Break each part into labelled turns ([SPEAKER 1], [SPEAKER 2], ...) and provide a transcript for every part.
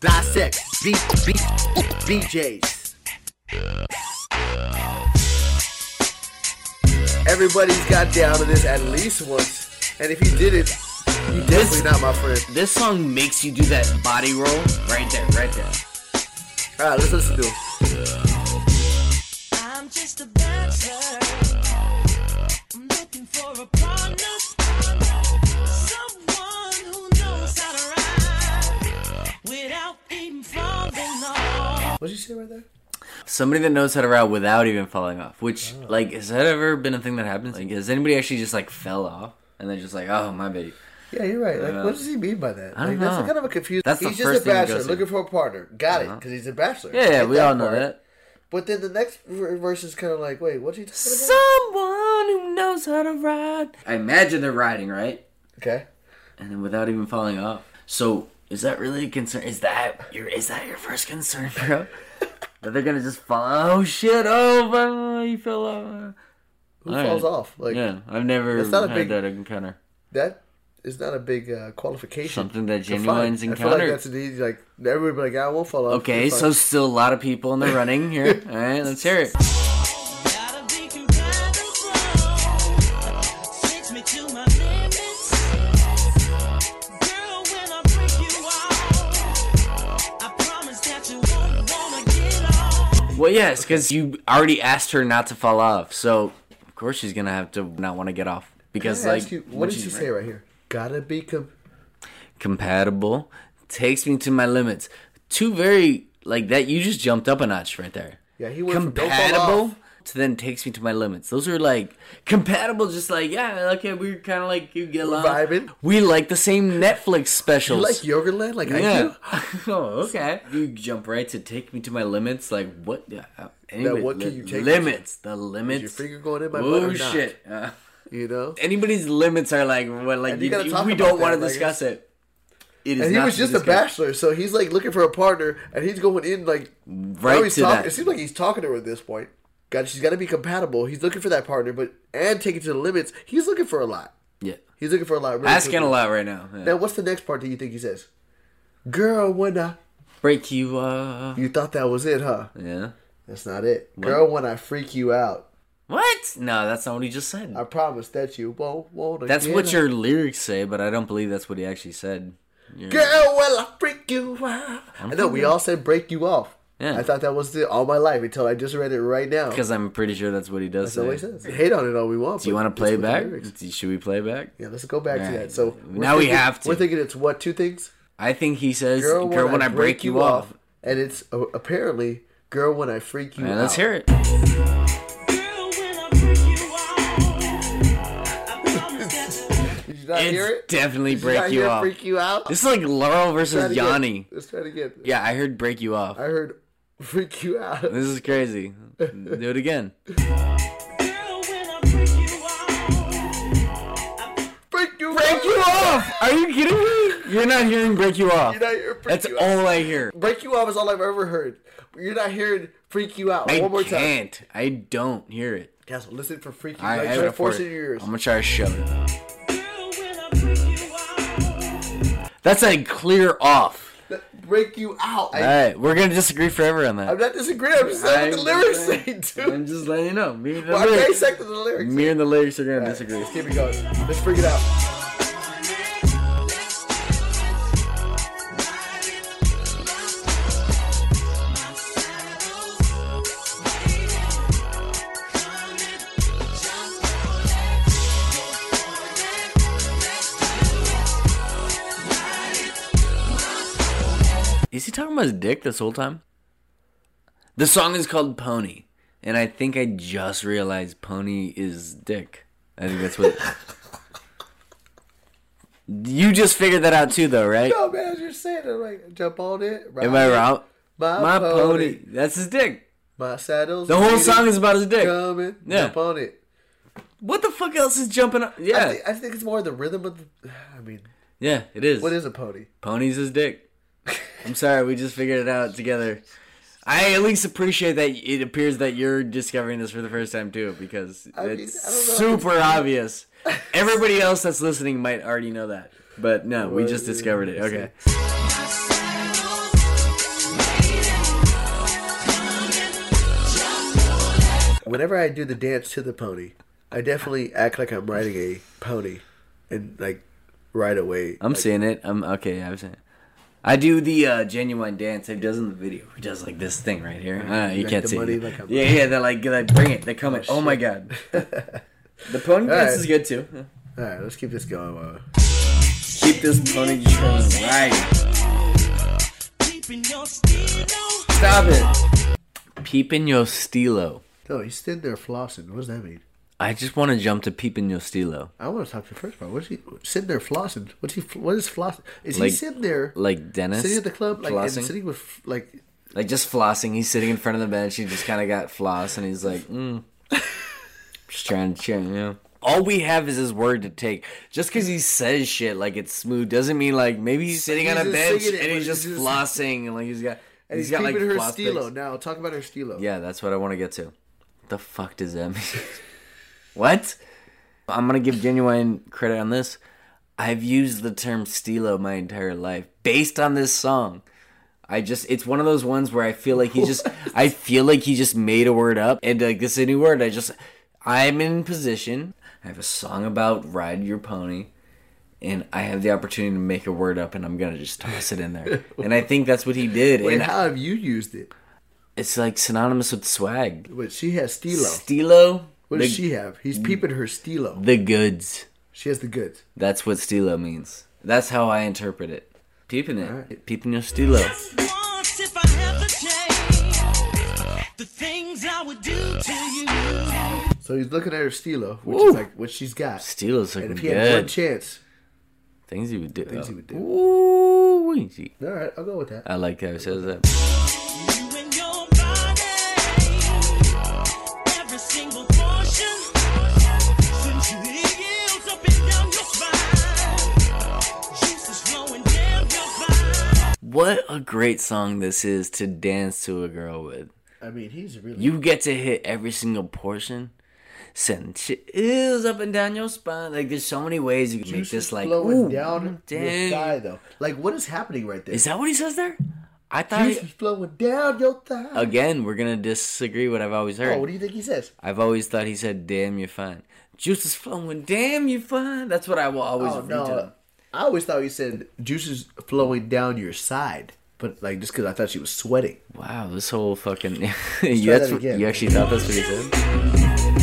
[SPEAKER 1] Dissect. B, B, BJs. Everybody's got down to this at least once. And if you did it, you definitely not my friend.
[SPEAKER 2] This song makes you do that body roll right there, right there.
[SPEAKER 1] Alright, let's listen to it.
[SPEAKER 3] I'm just a bachelor. I'm looking for a partner. Someone who knows how to ride without even falling off.
[SPEAKER 1] What'd you say right there?
[SPEAKER 2] Somebody that knows how to ride without even falling off. Which, like, has that ever been a thing that happens? Like, has anybody actually just like fell off and then just like, oh my baby?
[SPEAKER 1] Yeah, you're right. Like, what does he mean by that?
[SPEAKER 2] Uh, I
[SPEAKER 1] Like,
[SPEAKER 2] don't
[SPEAKER 1] that's
[SPEAKER 2] know.
[SPEAKER 1] kind of a confused.
[SPEAKER 2] That's the
[SPEAKER 1] he's just
[SPEAKER 2] first
[SPEAKER 1] a
[SPEAKER 2] thing that
[SPEAKER 1] bachelor
[SPEAKER 2] goes
[SPEAKER 1] looking for a partner. Got it, 'cause it,
[SPEAKER 2] Uh-huh.
[SPEAKER 1] because he's a bachelor.
[SPEAKER 2] Yeah, yeah,
[SPEAKER 1] Get
[SPEAKER 2] we all know
[SPEAKER 1] part.
[SPEAKER 2] that.
[SPEAKER 1] But then the next ver- verse is kind of like, wait, what's he talking about?
[SPEAKER 2] Someone who knows how to ride. I imagine they're riding right,
[SPEAKER 1] Okay.
[SPEAKER 2] and then without even falling off. So is that really a concern? Is that your is that your first concern, bro? that they're gonna just fall? Oh shit! Oh, my, you fell off.
[SPEAKER 1] Who
[SPEAKER 2] All
[SPEAKER 1] falls
[SPEAKER 2] right.
[SPEAKER 1] off? Like
[SPEAKER 2] yeah, I've never
[SPEAKER 1] It's not a
[SPEAKER 2] had
[SPEAKER 1] big-
[SPEAKER 2] that encounter.
[SPEAKER 1] that is not a big uh, qualification.
[SPEAKER 2] Something that
[SPEAKER 1] to find.
[SPEAKER 2] genuines
[SPEAKER 1] I feel like
[SPEAKER 2] encounter.
[SPEAKER 1] that's an easy. Like everybody, like I won't fall off.
[SPEAKER 2] Okay,
[SPEAKER 1] It's
[SPEAKER 2] so
[SPEAKER 1] fine.
[SPEAKER 2] still a lot of people in the running here. All right, let's hear it.
[SPEAKER 3] Gotta be kind of strong. Takes me to my limits. Girl, when I break you off, I promise that you won't wanna get off.
[SPEAKER 2] Well, yes, because you already asked her not to fall off, so of course she's gonna have to not want to get off
[SPEAKER 1] Can I
[SPEAKER 2] because
[SPEAKER 1] ask
[SPEAKER 2] like
[SPEAKER 1] you, what did
[SPEAKER 2] she's
[SPEAKER 1] she say right here? Gotta be com-
[SPEAKER 2] compatible takes me to my limits. Two very like that. You just jumped up a notch right there.
[SPEAKER 1] Yeah, he went from don't fall off.
[SPEAKER 2] compatible to then takes me to my limits. Those are like compatible. Just like yeah, okay, we're kind of like you get along.
[SPEAKER 1] vibing.
[SPEAKER 2] We like the same Netflix
[SPEAKER 1] You
[SPEAKER 2] specials.
[SPEAKER 1] like Yogurtland? Like I do.
[SPEAKER 2] Yeah. oh, okay. You jump right to take me to my limits. Like what? Yeah. uh, Anyway,
[SPEAKER 1] what can
[SPEAKER 2] li-
[SPEAKER 1] you take me to?
[SPEAKER 2] Limits. The limits.
[SPEAKER 1] Your finger going in my butt
[SPEAKER 2] oh
[SPEAKER 1] or not?
[SPEAKER 2] shit. Uh,
[SPEAKER 1] You know.
[SPEAKER 2] anybody's limits are like what? Like
[SPEAKER 1] And you
[SPEAKER 2] you
[SPEAKER 1] gotta talk
[SPEAKER 2] we
[SPEAKER 1] about
[SPEAKER 2] don't
[SPEAKER 1] that,
[SPEAKER 2] want to
[SPEAKER 1] like,
[SPEAKER 2] discuss it. It is.
[SPEAKER 1] And he
[SPEAKER 2] not
[SPEAKER 1] was
[SPEAKER 2] to
[SPEAKER 1] just a
[SPEAKER 2] discuss.
[SPEAKER 1] bachelor, so he's like looking for a partner, and he's going in like
[SPEAKER 2] Right
[SPEAKER 1] now he's
[SPEAKER 2] to
[SPEAKER 1] talk-
[SPEAKER 2] that.
[SPEAKER 1] It seems like he's talking to her at this point. God, she's got to be compatible. He's looking for that partner, but and take it to the limits. He's looking for a lot.
[SPEAKER 2] Yeah.
[SPEAKER 1] He's looking for a lot. Really
[SPEAKER 2] Asking
[SPEAKER 1] quickly.
[SPEAKER 2] a lot right now. yeah.
[SPEAKER 1] Now, what's the next part that you think he says? Girl, when I
[SPEAKER 2] Break you up.
[SPEAKER 1] you thought that was it, huh?
[SPEAKER 2] Yeah.
[SPEAKER 1] That's not it. Girl, when I freak you out,
[SPEAKER 2] What? No, that's not what he just said.
[SPEAKER 1] I promise that you won't wanna.
[SPEAKER 2] That's
[SPEAKER 1] get
[SPEAKER 2] what
[SPEAKER 1] up.
[SPEAKER 2] your lyrics say, but I don't believe that's what he actually said. You're-
[SPEAKER 1] Girl, will I freak you out? I know we all said break you off.
[SPEAKER 2] Yeah.
[SPEAKER 1] I thought that was it all my life until I just read it right now.
[SPEAKER 2] Because I'm pretty sure that's what he does.
[SPEAKER 1] So
[SPEAKER 2] say.
[SPEAKER 1] he says, hate on it all we want.
[SPEAKER 2] Do you
[SPEAKER 1] but
[SPEAKER 2] want
[SPEAKER 1] it's
[SPEAKER 2] to play
[SPEAKER 1] with the
[SPEAKER 2] back?
[SPEAKER 1] lyrics.
[SPEAKER 2] Do- Should we play back?
[SPEAKER 1] Yeah, let's go back to
[SPEAKER 2] Alright.
[SPEAKER 1] that. So we're
[SPEAKER 2] Now we
[SPEAKER 1] thinking-
[SPEAKER 2] have to.
[SPEAKER 1] We're thinking it's what two things?
[SPEAKER 2] I think he says, "Girl, when, I break, you off."
[SPEAKER 1] and it's uh, apparently girl when I freak you
[SPEAKER 2] And
[SPEAKER 1] out.
[SPEAKER 2] let's hear it.
[SPEAKER 3] Girl, when I break you off, I promise that you won't
[SPEAKER 1] Did you not hear
[SPEAKER 2] It's
[SPEAKER 1] it?
[SPEAKER 2] definitely
[SPEAKER 1] Did not
[SPEAKER 2] break you
[SPEAKER 1] hear
[SPEAKER 2] off.
[SPEAKER 1] Freak you out.
[SPEAKER 2] This is like Laurel
[SPEAKER 1] Try it
[SPEAKER 2] versus
[SPEAKER 1] again.
[SPEAKER 2] Yanni.
[SPEAKER 1] Let's try it again.
[SPEAKER 2] Yeah, I heard break you off.
[SPEAKER 1] I heard freak you out.
[SPEAKER 2] This is crazy. Do it again.
[SPEAKER 3] Girl, when I break you off,
[SPEAKER 1] Break you
[SPEAKER 2] Break you off! Are you kidding me? You're not hearing break you off.
[SPEAKER 1] You're not hearing break
[SPEAKER 2] That's
[SPEAKER 1] you out.
[SPEAKER 2] all I hear.
[SPEAKER 1] Break you off is all I've ever heard. You're not hearing freak you out.
[SPEAKER 2] I
[SPEAKER 1] One more time.
[SPEAKER 2] can't. I don't hear it.
[SPEAKER 1] Guys, listen for freak you
[SPEAKER 2] I,
[SPEAKER 1] out.
[SPEAKER 2] I
[SPEAKER 1] Try to
[SPEAKER 2] have
[SPEAKER 1] force it in your
[SPEAKER 2] I'm
[SPEAKER 1] ears.
[SPEAKER 2] gonna try to shove it.
[SPEAKER 3] girl, when I break you off,
[SPEAKER 2] That's a clear off.
[SPEAKER 1] Break you out.
[SPEAKER 2] All
[SPEAKER 1] I,
[SPEAKER 2] right, we're gonna disagree forever on
[SPEAKER 1] I'm
[SPEAKER 2] that.
[SPEAKER 1] not disagreeing. I'm just saying what the lyrics say, dude.
[SPEAKER 2] I'm just letting you know. Me and the,
[SPEAKER 1] Well, I
[SPEAKER 2] lyrics,
[SPEAKER 1] dissected the lyrics.
[SPEAKER 2] me and the lyrics are gonna
[SPEAKER 1] Alright,
[SPEAKER 2] disagree.
[SPEAKER 1] Let's keep it going. Let's freak it out.
[SPEAKER 2] Is he talking about his dick this whole time? The song is called Pony, and I think I just realized Pony is dick. I think that's what. you just figured that out too, though, right?
[SPEAKER 1] No, man, as you're saying it, like, jump on it. Ride
[SPEAKER 2] Am I
[SPEAKER 1] it.
[SPEAKER 2] wrong?
[SPEAKER 1] My,
[SPEAKER 2] My
[SPEAKER 1] pony.
[SPEAKER 2] pony. That's his dick.
[SPEAKER 1] My saddles.
[SPEAKER 2] The whole song is about his dick.
[SPEAKER 1] coming.
[SPEAKER 2] Yeah.
[SPEAKER 1] Jump on it.
[SPEAKER 2] What the fuck else is jumping up?
[SPEAKER 1] I,
[SPEAKER 2] Yeah.
[SPEAKER 1] think, I think it's more the rhythm of the. I mean,
[SPEAKER 2] yeah, it is.
[SPEAKER 1] what is a pony?
[SPEAKER 2] Pony's his dick. I'm sorry, we just figured it out together. I at least appreciate that it appears that you're discovering this for the first time too, because
[SPEAKER 1] I mean,
[SPEAKER 2] it's
[SPEAKER 1] I don't know if
[SPEAKER 2] super obvious. Everybody else that's listening might already know that, but no, we just discovered it. Okay.
[SPEAKER 3] I
[SPEAKER 1] whenever I do the dance to the pony, I definitely act like I'm riding a pony, and like ride away.
[SPEAKER 2] I'm
[SPEAKER 1] like,
[SPEAKER 2] seeing it. I'm okay. I'm seeing. It. I do the uh, genuine dance. It does in the video. He does like this thing right here. Uh, you
[SPEAKER 1] Like
[SPEAKER 2] can't
[SPEAKER 1] the
[SPEAKER 2] see.
[SPEAKER 1] money,
[SPEAKER 2] it.
[SPEAKER 1] like a-
[SPEAKER 2] yeah, yeah. They're like, they're like, bring it. They're coming. Oh,
[SPEAKER 1] shit.
[SPEAKER 2] my god. the pony
[SPEAKER 1] All
[SPEAKER 2] dance
[SPEAKER 1] right.
[SPEAKER 2] is good too.
[SPEAKER 1] All right, let's keep this going. Uh,
[SPEAKER 2] Keep this pony train right.
[SPEAKER 3] Keeping your stilo.
[SPEAKER 2] Stop it. Peeping your stilo.
[SPEAKER 1] no, he's sitting there flossing. What does that mean?
[SPEAKER 2] I just want to jump to peeping your stilo.
[SPEAKER 1] I want to talk to the first part. What's he sitting there flossing? What's he? What is flossing? Is
[SPEAKER 2] Like-
[SPEAKER 1] he sitting there
[SPEAKER 2] Like Dennis.
[SPEAKER 1] sitting at the club, like and
[SPEAKER 2] flossing.
[SPEAKER 1] sitting with like?
[SPEAKER 2] Like just flossing. He's sitting in front of the bench. He just kind of got floss, and he's like, mm. just trying to chill. You know. All we have is his word to take. Just because he says shit like it's smooth doesn't mean like maybe he's sitting
[SPEAKER 1] He's
[SPEAKER 2] on a
[SPEAKER 1] just
[SPEAKER 2] bench
[SPEAKER 1] singing it,
[SPEAKER 2] and
[SPEAKER 1] but
[SPEAKER 2] he's
[SPEAKER 1] he's
[SPEAKER 2] just
[SPEAKER 1] just-
[SPEAKER 2] flossing and like he's got
[SPEAKER 1] And he's,
[SPEAKER 2] got like
[SPEAKER 1] keeping her
[SPEAKER 2] floss
[SPEAKER 1] stilo.
[SPEAKER 2] sticks.
[SPEAKER 1] Now talk about her stilo.
[SPEAKER 2] Yeah, that's what I want to get to. The fuck does that mean? what? I'm gonna give genuine credit on this. I've used the term stilo my entire life based on this song. I just it's one of those ones where I feel like he just I feel like he just made a word up and like this is a new word. I just I'm in position. I have a song about ride your pony and I have the opportunity to make a word up and I'm gonna just toss it in there. and I think that's what he did.
[SPEAKER 1] Wait,
[SPEAKER 2] and
[SPEAKER 1] how have you used it?
[SPEAKER 2] it's like synonymous with swag.
[SPEAKER 1] But she has stilo.
[SPEAKER 2] Stilo.
[SPEAKER 1] What
[SPEAKER 2] the,
[SPEAKER 1] does she have? He's
[SPEAKER 2] Mm.
[SPEAKER 1] peeping her stilo.
[SPEAKER 2] the goods.
[SPEAKER 1] She has the goods.
[SPEAKER 2] That's what stilo means. That's how I interpret it. Peeping it.
[SPEAKER 1] Alright.
[SPEAKER 2] Peeping your stilo.
[SPEAKER 3] Once if I have the chance, the things I would do to you.
[SPEAKER 1] So he's looking at her stilo, which
[SPEAKER 2] Woo.
[SPEAKER 1] is like what she's got.
[SPEAKER 2] Stilo's looking
[SPEAKER 1] and if he had one
[SPEAKER 2] good.
[SPEAKER 1] chance,
[SPEAKER 2] Things he would do. Things
[SPEAKER 1] he would do.
[SPEAKER 2] Ooh,
[SPEAKER 1] all right, I'll go with that.
[SPEAKER 2] I like how he says that.
[SPEAKER 3] You and your body, every single portion. Chills up and down your spine, juices flowing down your spine.
[SPEAKER 2] What a great song this is to dance to a girl with.
[SPEAKER 1] I mean, he's really.
[SPEAKER 2] You get to hit every single portion. Send chills up and down your spine. Like there's so many ways you can make
[SPEAKER 1] Juices
[SPEAKER 2] this like
[SPEAKER 1] flowing
[SPEAKER 2] ooh,
[SPEAKER 1] down your
[SPEAKER 2] dang.
[SPEAKER 1] thigh, though. Like, what is happening right there?
[SPEAKER 2] Is that what he says there? I thought
[SPEAKER 1] Juice is flowing down your thigh.
[SPEAKER 2] again we're gonna disagree what I've always heard.
[SPEAKER 1] oh, what do you think he says?
[SPEAKER 2] I've always thought he said, "Damn, you're fine." Juice is flowing. Damn, you're fine. That's what I will always
[SPEAKER 1] Oh
[SPEAKER 2] read
[SPEAKER 1] no,
[SPEAKER 2] to them.
[SPEAKER 1] I always thought he said juices flowing down your side, but like just because I thought she was sweating.
[SPEAKER 2] Wow, this whole fucking. that's
[SPEAKER 1] that
[SPEAKER 2] what,
[SPEAKER 1] again.
[SPEAKER 2] you actually thought that's what he said.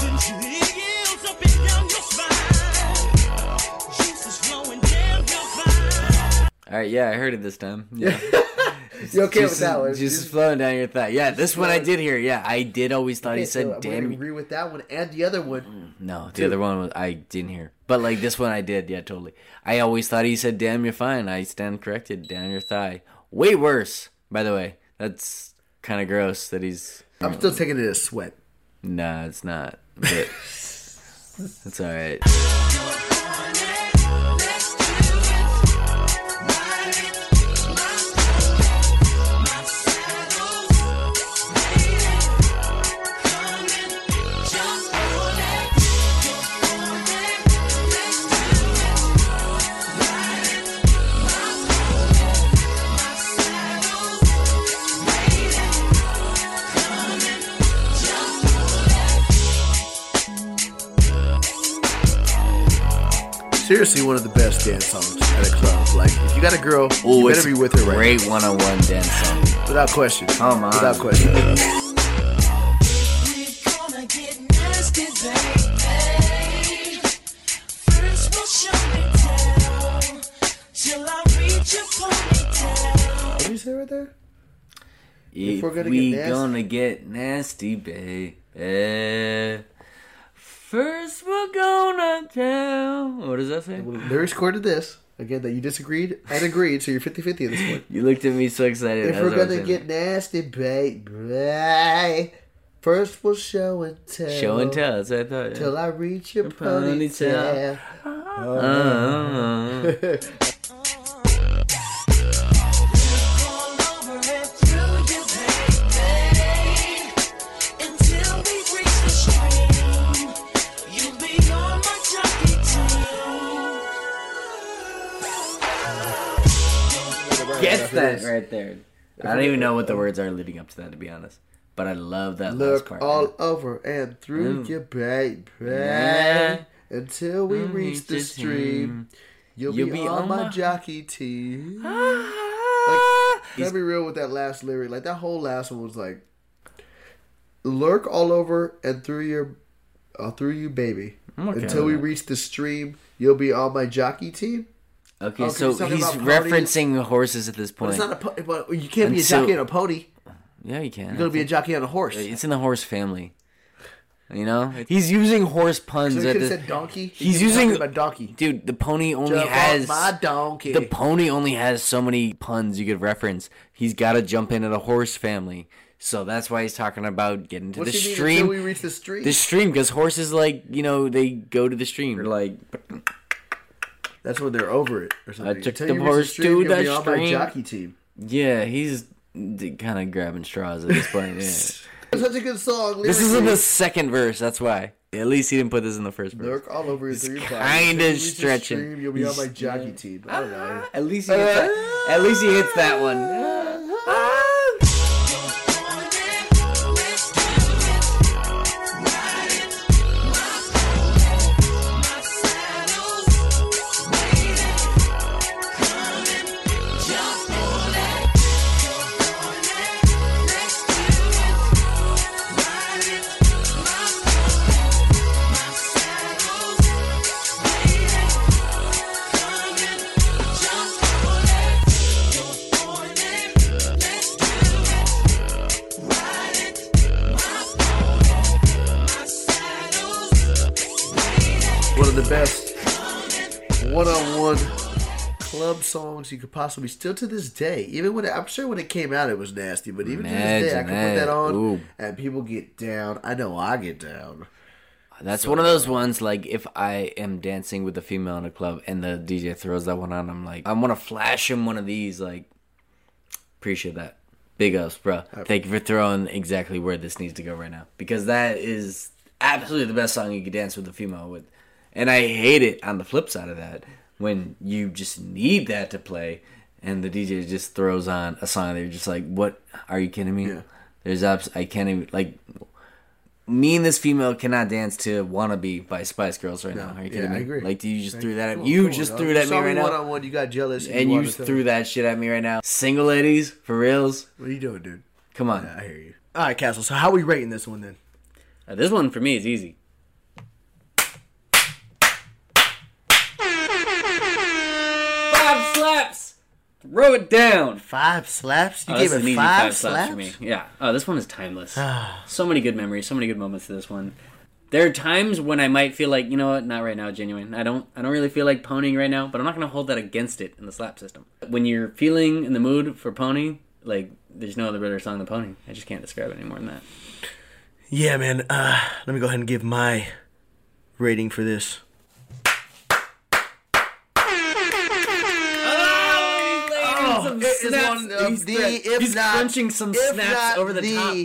[SPEAKER 3] Chills up and down your spine, juices flowing down your spine.
[SPEAKER 2] All right, yeah, I heard it this time. Yeah,
[SPEAKER 1] You okay
[SPEAKER 2] juice,
[SPEAKER 1] with that one?
[SPEAKER 2] is, juice is flowing down your thigh. Yeah, this one I did hear. Yeah, I did always thought he said,
[SPEAKER 1] so I'm
[SPEAKER 2] "Damn." Mm.
[SPEAKER 1] gonna
[SPEAKER 2] you
[SPEAKER 1] agree with that one and the other one.
[SPEAKER 2] No, the other one was I didn't hear, but like this one I did. Yeah, totally. I always thought he said, "Damn, you're fine." I stand corrected. Down your thigh. Way worse, by the way. That's kind of gross. That he's
[SPEAKER 1] I'm still taking it as sweat.
[SPEAKER 2] Nah, it's not. But it's all right.
[SPEAKER 1] Seriously, one of the best dance songs at a club. Like, if you got a girl,
[SPEAKER 2] Ooh,
[SPEAKER 1] you
[SPEAKER 2] it's
[SPEAKER 1] better be with her right
[SPEAKER 2] great one-on-one dance song.
[SPEAKER 1] now, without question.
[SPEAKER 2] Come on.
[SPEAKER 1] without question.
[SPEAKER 3] Till I reach your ponytail.
[SPEAKER 1] What do you say right there?
[SPEAKER 2] If,
[SPEAKER 1] we're gonna
[SPEAKER 2] we
[SPEAKER 1] get nasty-
[SPEAKER 2] gonna get nasty, baby. First we're gonna tell. What does that say?
[SPEAKER 1] Lyrics core to this again that you disagreed and agreed, so you're 50-50 at this point.
[SPEAKER 2] You looked at me so excited.
[SPEAKER 1] If
[SPEAKER 2] that's
[SPEAKER 1] we're
[SPEAKER 2] what I was
[SPEAKER 1] gonna
[SPEAKER 2] saying.
[SPEAKER 1] get nasty, baby, first we'll show and tell.
[SPEAKER 2] show and tell, that's what I thought. yeah.
[SPEAKER 1] Till I reach your
[SPEAKER 2] ponytail.
[SPEAKER 1] ponytail. Uh-huh.
[SPEAKER 2] Uh, uh. gets that right there. I don't even know what the words are leading up to that, to be honest. But I love that last
[SPEAKER 1] Look
[SPEAKER 2] part.
[SPEAKER 1] all over and through your baby
[SPEAKER 2] Yeah.
[SPEAKER 1] until we reach the stream. You'll, be, on my, Ah. jockey team. Gotta be real with that last lyric. Like that whole last one was like, lurk all over and through your, uh, through you, baby.
[SPEAKER 2] I'm okay
[SPEAKER 1] Until we
[SPEAKER 2] with that.
[SPEAKER 1] reach the stream, you'll be on my jockey team.
[SPEAKER 2] Okay,
[SPEAKER 1] Okay,
[SPEAKER 2] so
[SPEAKER 1] Oh, he's talking
[SPEAKER 2] he's
[SPEAKER 1] about parties.
[SPEAKER 2] referencing horses at this point.
[SPEAKER 1] It's not a po- but you can't be
[SPEAKER 2] And
[SPEAKER 1] a
[SPEAKER 2] so-
[SPEAKER 1] jockey on a pony.
[SPEAKER 2] yeah, you can.
[SPEAKER 1] You're gonna be a jockey on a horse.
[SPEAKER 2] It's in the horse family. You know, he's using horse puns
[SPEAKER 1] So you
[SPEAKER 2] at
[SPEAKER 1] could have
[SPEAKER 2] this.
[SPEAKER 1] said donkey.
[SPEAKER 2] He's
[SPEAKER 1] You could've
[SPEAKER 2] using
[SPEAKER 1] talked about donkey.
[SPEAKER 2] Dude, the pony only
[SPEAKER 1] Jump on
[SPEAKER 2] has
[SPEAKER 1] my donkey.
[SPEAKER 2] The pony only has so many puns you could reference. He's got to jump into the horse family, so that's why he's talking about getting to
[SPEAKER 1] What's
[SPEAKER 2] the
[SPEAKER 1] he mean,
[SPEAKER 2] stream.
[SPEAKER 1] Until we reach the stream.
[SPEAKER 2] the stream, because horses like you know they go to the stream. They're like,
[SPEAKER 1] That's when they're over it or something.
[SPEAKER 2] I took
[SPEAKER 1] Until
[SPEAKER 2] the
[SPEAKER 1] you reach
[SPEAKER 2] horse
[SPEAKER 1] stream,
[SPEAKER 2] to
[SPEAKER 1] you'll
[SPEAKER 2] the
[SPEAKER 1] be on my
[SPEAKER 2] stream.
[SPEAKER 1] jockey team.
[SPEAKER 2] yeah, he's kind of grabbing straws at this point. Yeah.
[SPEAKER 1] That's such a good song.
[SPEAKER 2] this is in
[SPEAKER 1] lyrically.
[SPEAKER 2] the second verse. That's why. At least he didn't put this in the first verse.
[SPEAKER 1] Lurk all over your
[SPEAKER 2] It's
[SPEAKER 1] three
[SPEAKER 2] kinda stretching. Ah.
[SPEAKER 1] you'll be on my
[SPEAKER 2] He's-
[SPEAKER 1] jockey team. I don't know.
[SPEAKER 2] At least he hits that. At least he hits that one.
[SPEAKER 1] One of the best one-on-one club songs you could possibly still to this day. Even when it, I'm sure when it came out, it was nasty, but even to this day, I
[SPEAKER 2] Imagine
[SPEAKER 1] can put that
[SPEAKER 2] that.
[SPEAKER 1] on
[SPEAKER 2] Ooh.
[SPEAKER 1] and people get down. I know I get down.
[SPEAKER 2] That's one of those ones like if I am dancing with a female in a club and the DJ throws that one on, I'm like, I want to flash him one of these. Like, appreciate that. Big ups, bro. Thank you for throwing exactly where this needs to go right now because that is absolutely the best song you could dance with a female with. And I hate it on the flip side of that when you just need that to play and the DJ just throws on a song that you're just like, what? Are you kidding me?
[SPEAKER 1] Yeah.
[SPEAKER 2] There's abs. I can't even like me and this female cannot dance to "Wannabe" by Spice Girls right now. Are you
[SPEAKER 1] yeah,
[SPEAKER 2] kidding
[SPEAKER 1] I
[SPEAKER 2] me?
[SPEAKER 1] agree.
[SPEAKER 2] Like, you just threw that at
[SPEAKER 1] Come
[SPEAKER 2] me.
[SPEAKER 1] on,
[SPEAKER 2] You
[SPEAKER 1] come on,
[SPEAKER 2] just
[SPEAKER 1] dog.
[SPEAKER 2] threw it at me
[SPEAKER 1] Saw
[SPEAKER 2] right now,
[SPEAKER 1] One-on-one, you got jealous,
[SPEAKER 2] and you
[SPEAKER 1] wanted to-
[SPEAKER 2] threw that shit at me right now. Single ladies, for reals.
[SPEAKER 1] What are you doing, dude?
[SPEAKER 2] Come on.
[SPEAKER 1] I hear you. All right, Castle. So how are we rating this one then?
[SPEAKER 2] Uh, this one for me is easy. Five slaps. Throw it down.
[SPEAKER 1] Five slaps. You
[SPEAKER 2] Oh,
[SPEAKER 1] gave
[SPEAKER 2] this is an
[SPEAKER 1] it
[SPEAKER 2] easy
[SPEAKER 1] five, slaps. Ah.
[SPEAKER 2] for me. Yeah. Oh, this one is timeless. so many good memories, so many good moments to this one. There are times when I might feel like, you know what, not right now, genuine. I don't I don't really feel like ponying right now, but I'm not gonna hold that against it in the slap system. When you're feeling in the mood for pony, like there's no other better song than pony. I just can't describe it any more than that.
[SPEAKER 1] Yeah, man. Uh, let me go ahead and give my rating for this.
[SPEAKER 2] Some
[SPEAKER 1] Oh, it is
[SPEAKER 2] snaps.
[SPEAKER 1] one of
[SPEAKER 2] he's
[SPEAKER 1] the,
[SPEAKER 2] cr-
[SPEAKER 1] if
[SPEAKER 2] he's
[SPEAKER 1] not-
[SPEAKER 2] crunching some
[SPEAKER 1] if
[SPEAKER 2] snaps
[SPEAKER 1] not
[SPEAKER 2] over the, top.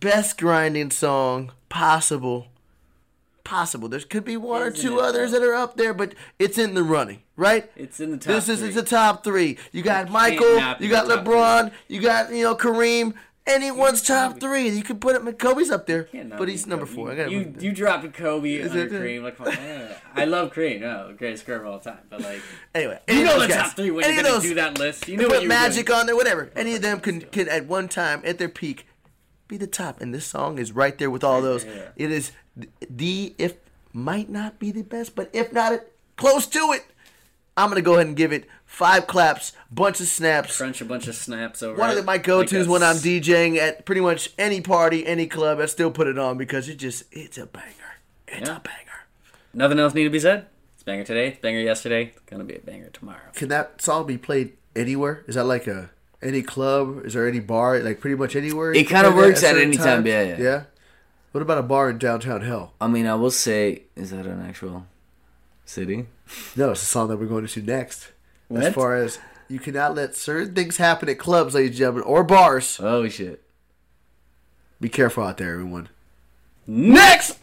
[SPEAKER 1] Best grinding song possible. Possible. There could be one or
[SPEAKER 2] Isn't
[SPEAKER 1] two
[SPEAKER 2] it,
[SPEAKER 1] others
[SPEAKER 2] though?
[SPEAKER 1] that are up there, but it's in the running, right?
[SPEAKER 2] It's in the top.
[SPEAKER 1] This is
[SPEAKER 2] three.
[SPEAKER 1] it's the top three. You got Michael,
[SPEAKER 2] not be
[SPEAKER 1] you got
[SPEAKER 2] the top
[SPEAKER 1] LeBron, you got you know Kareem. Anyone's top three. You could put up Kobe's up there,
[SPEAKER 2] Yeah, no,
[SPEAKER 1] but
[SPEAKER 2] you-
[SPEAKER 1] he's number four.
[SPEAKER 2] You,
[SPEAKER 1] I gotta
[SPEAKER 2] you,
[SPEAKER 1] remember that.
[SPEAKER 2] you dropped Kobe under
[SPEAKER 1] it-
[SPEAKER 2] Kareem. Like, come on, man. I love Kareem. No, greatest scorer of all time. But like,
[SPEAKER 1] Anyway,
[SPEAKER 2] you
[SPEAKER 1] any of
[SPEAKER 2] know
[SPEAKER 1] those
[SPEAKER 2] the
[SPEAKER 1] guys.
[SPEAKER 2] top three when
[SPEAKER 1] Any
[SPEAKER 2] you're
[SPEAKER 1] of
[SPEAKER 2] gonna
[SPEAKER 1] those.
[SPEAKER 2] do that list. You
[SPEAKER 1] They
[SPEAKER 2] know what
[SPEAKER 1] put
[SPEAKER 2] you're
[SPEAKER 1] magic
[SPEAKER 2] doing.
[SPEAKER 1] on there, whatever. Any of them can, can at one time at their peak be the top, and this song is right there with all those.
[SPEAKER 2] there.
[SPEAKER 1] It is th- the if might not be the best, but if not it close to it. I'm gonna go ahead and give it five claps, bunch of snaps.
[SPEAKER 2] Crunch a bunch of snaps over.
[SPEAKER 1] One of
[SPEAKER 2] it.
[SPEAKER 1] the, my
[SPEAKER 2] Like
[SPEAKER 1] go-to's
[SPEAKER 2] a
[SPEAKER 1] when I'm
[SPEAKER 2] s-
[SPEAKER 1] DJing at pretty much any party, any club. I still put it on because it just it's a banger. It's
[SPEAKER 2] Yeah.
[SPEAKER 1] a banger.
[SPEAKER 2] Nothing else need to be said. It's banger today. It's banger yesterday. It's gonna be a banger tomorrow.
[SPEAKER 1] Can that song be played anywhere? Is that like a any club? Is there any bar? Like pretty much anywhere. you
[SPEAKER 2] It
[SPEAKER 1] can
[SPEAKER 2] kinda
[SPEAKER 1] play that
[SPEAKER 2] works at
[SPEAKER 1] certain
[SPEAKER 2] any time, yeah, yeah.
[SPEAKER 1] Yeah. What about a bar in downtown Hell?
[SPEAKER 2] I mean, I will say, is that an actual city?
[SPEAKER 1] No, it's the song that we're going to next. As
[SPEAKER 2] What?
[SPEAKER 1] far as you cannot let certain things happen at clubs, ladies and gentlemen, or bars.
[SPEAKER 2] Oh shit.
[SPEAKER 1] Be careful out there, everyone.
[SPEAKER 2] Next.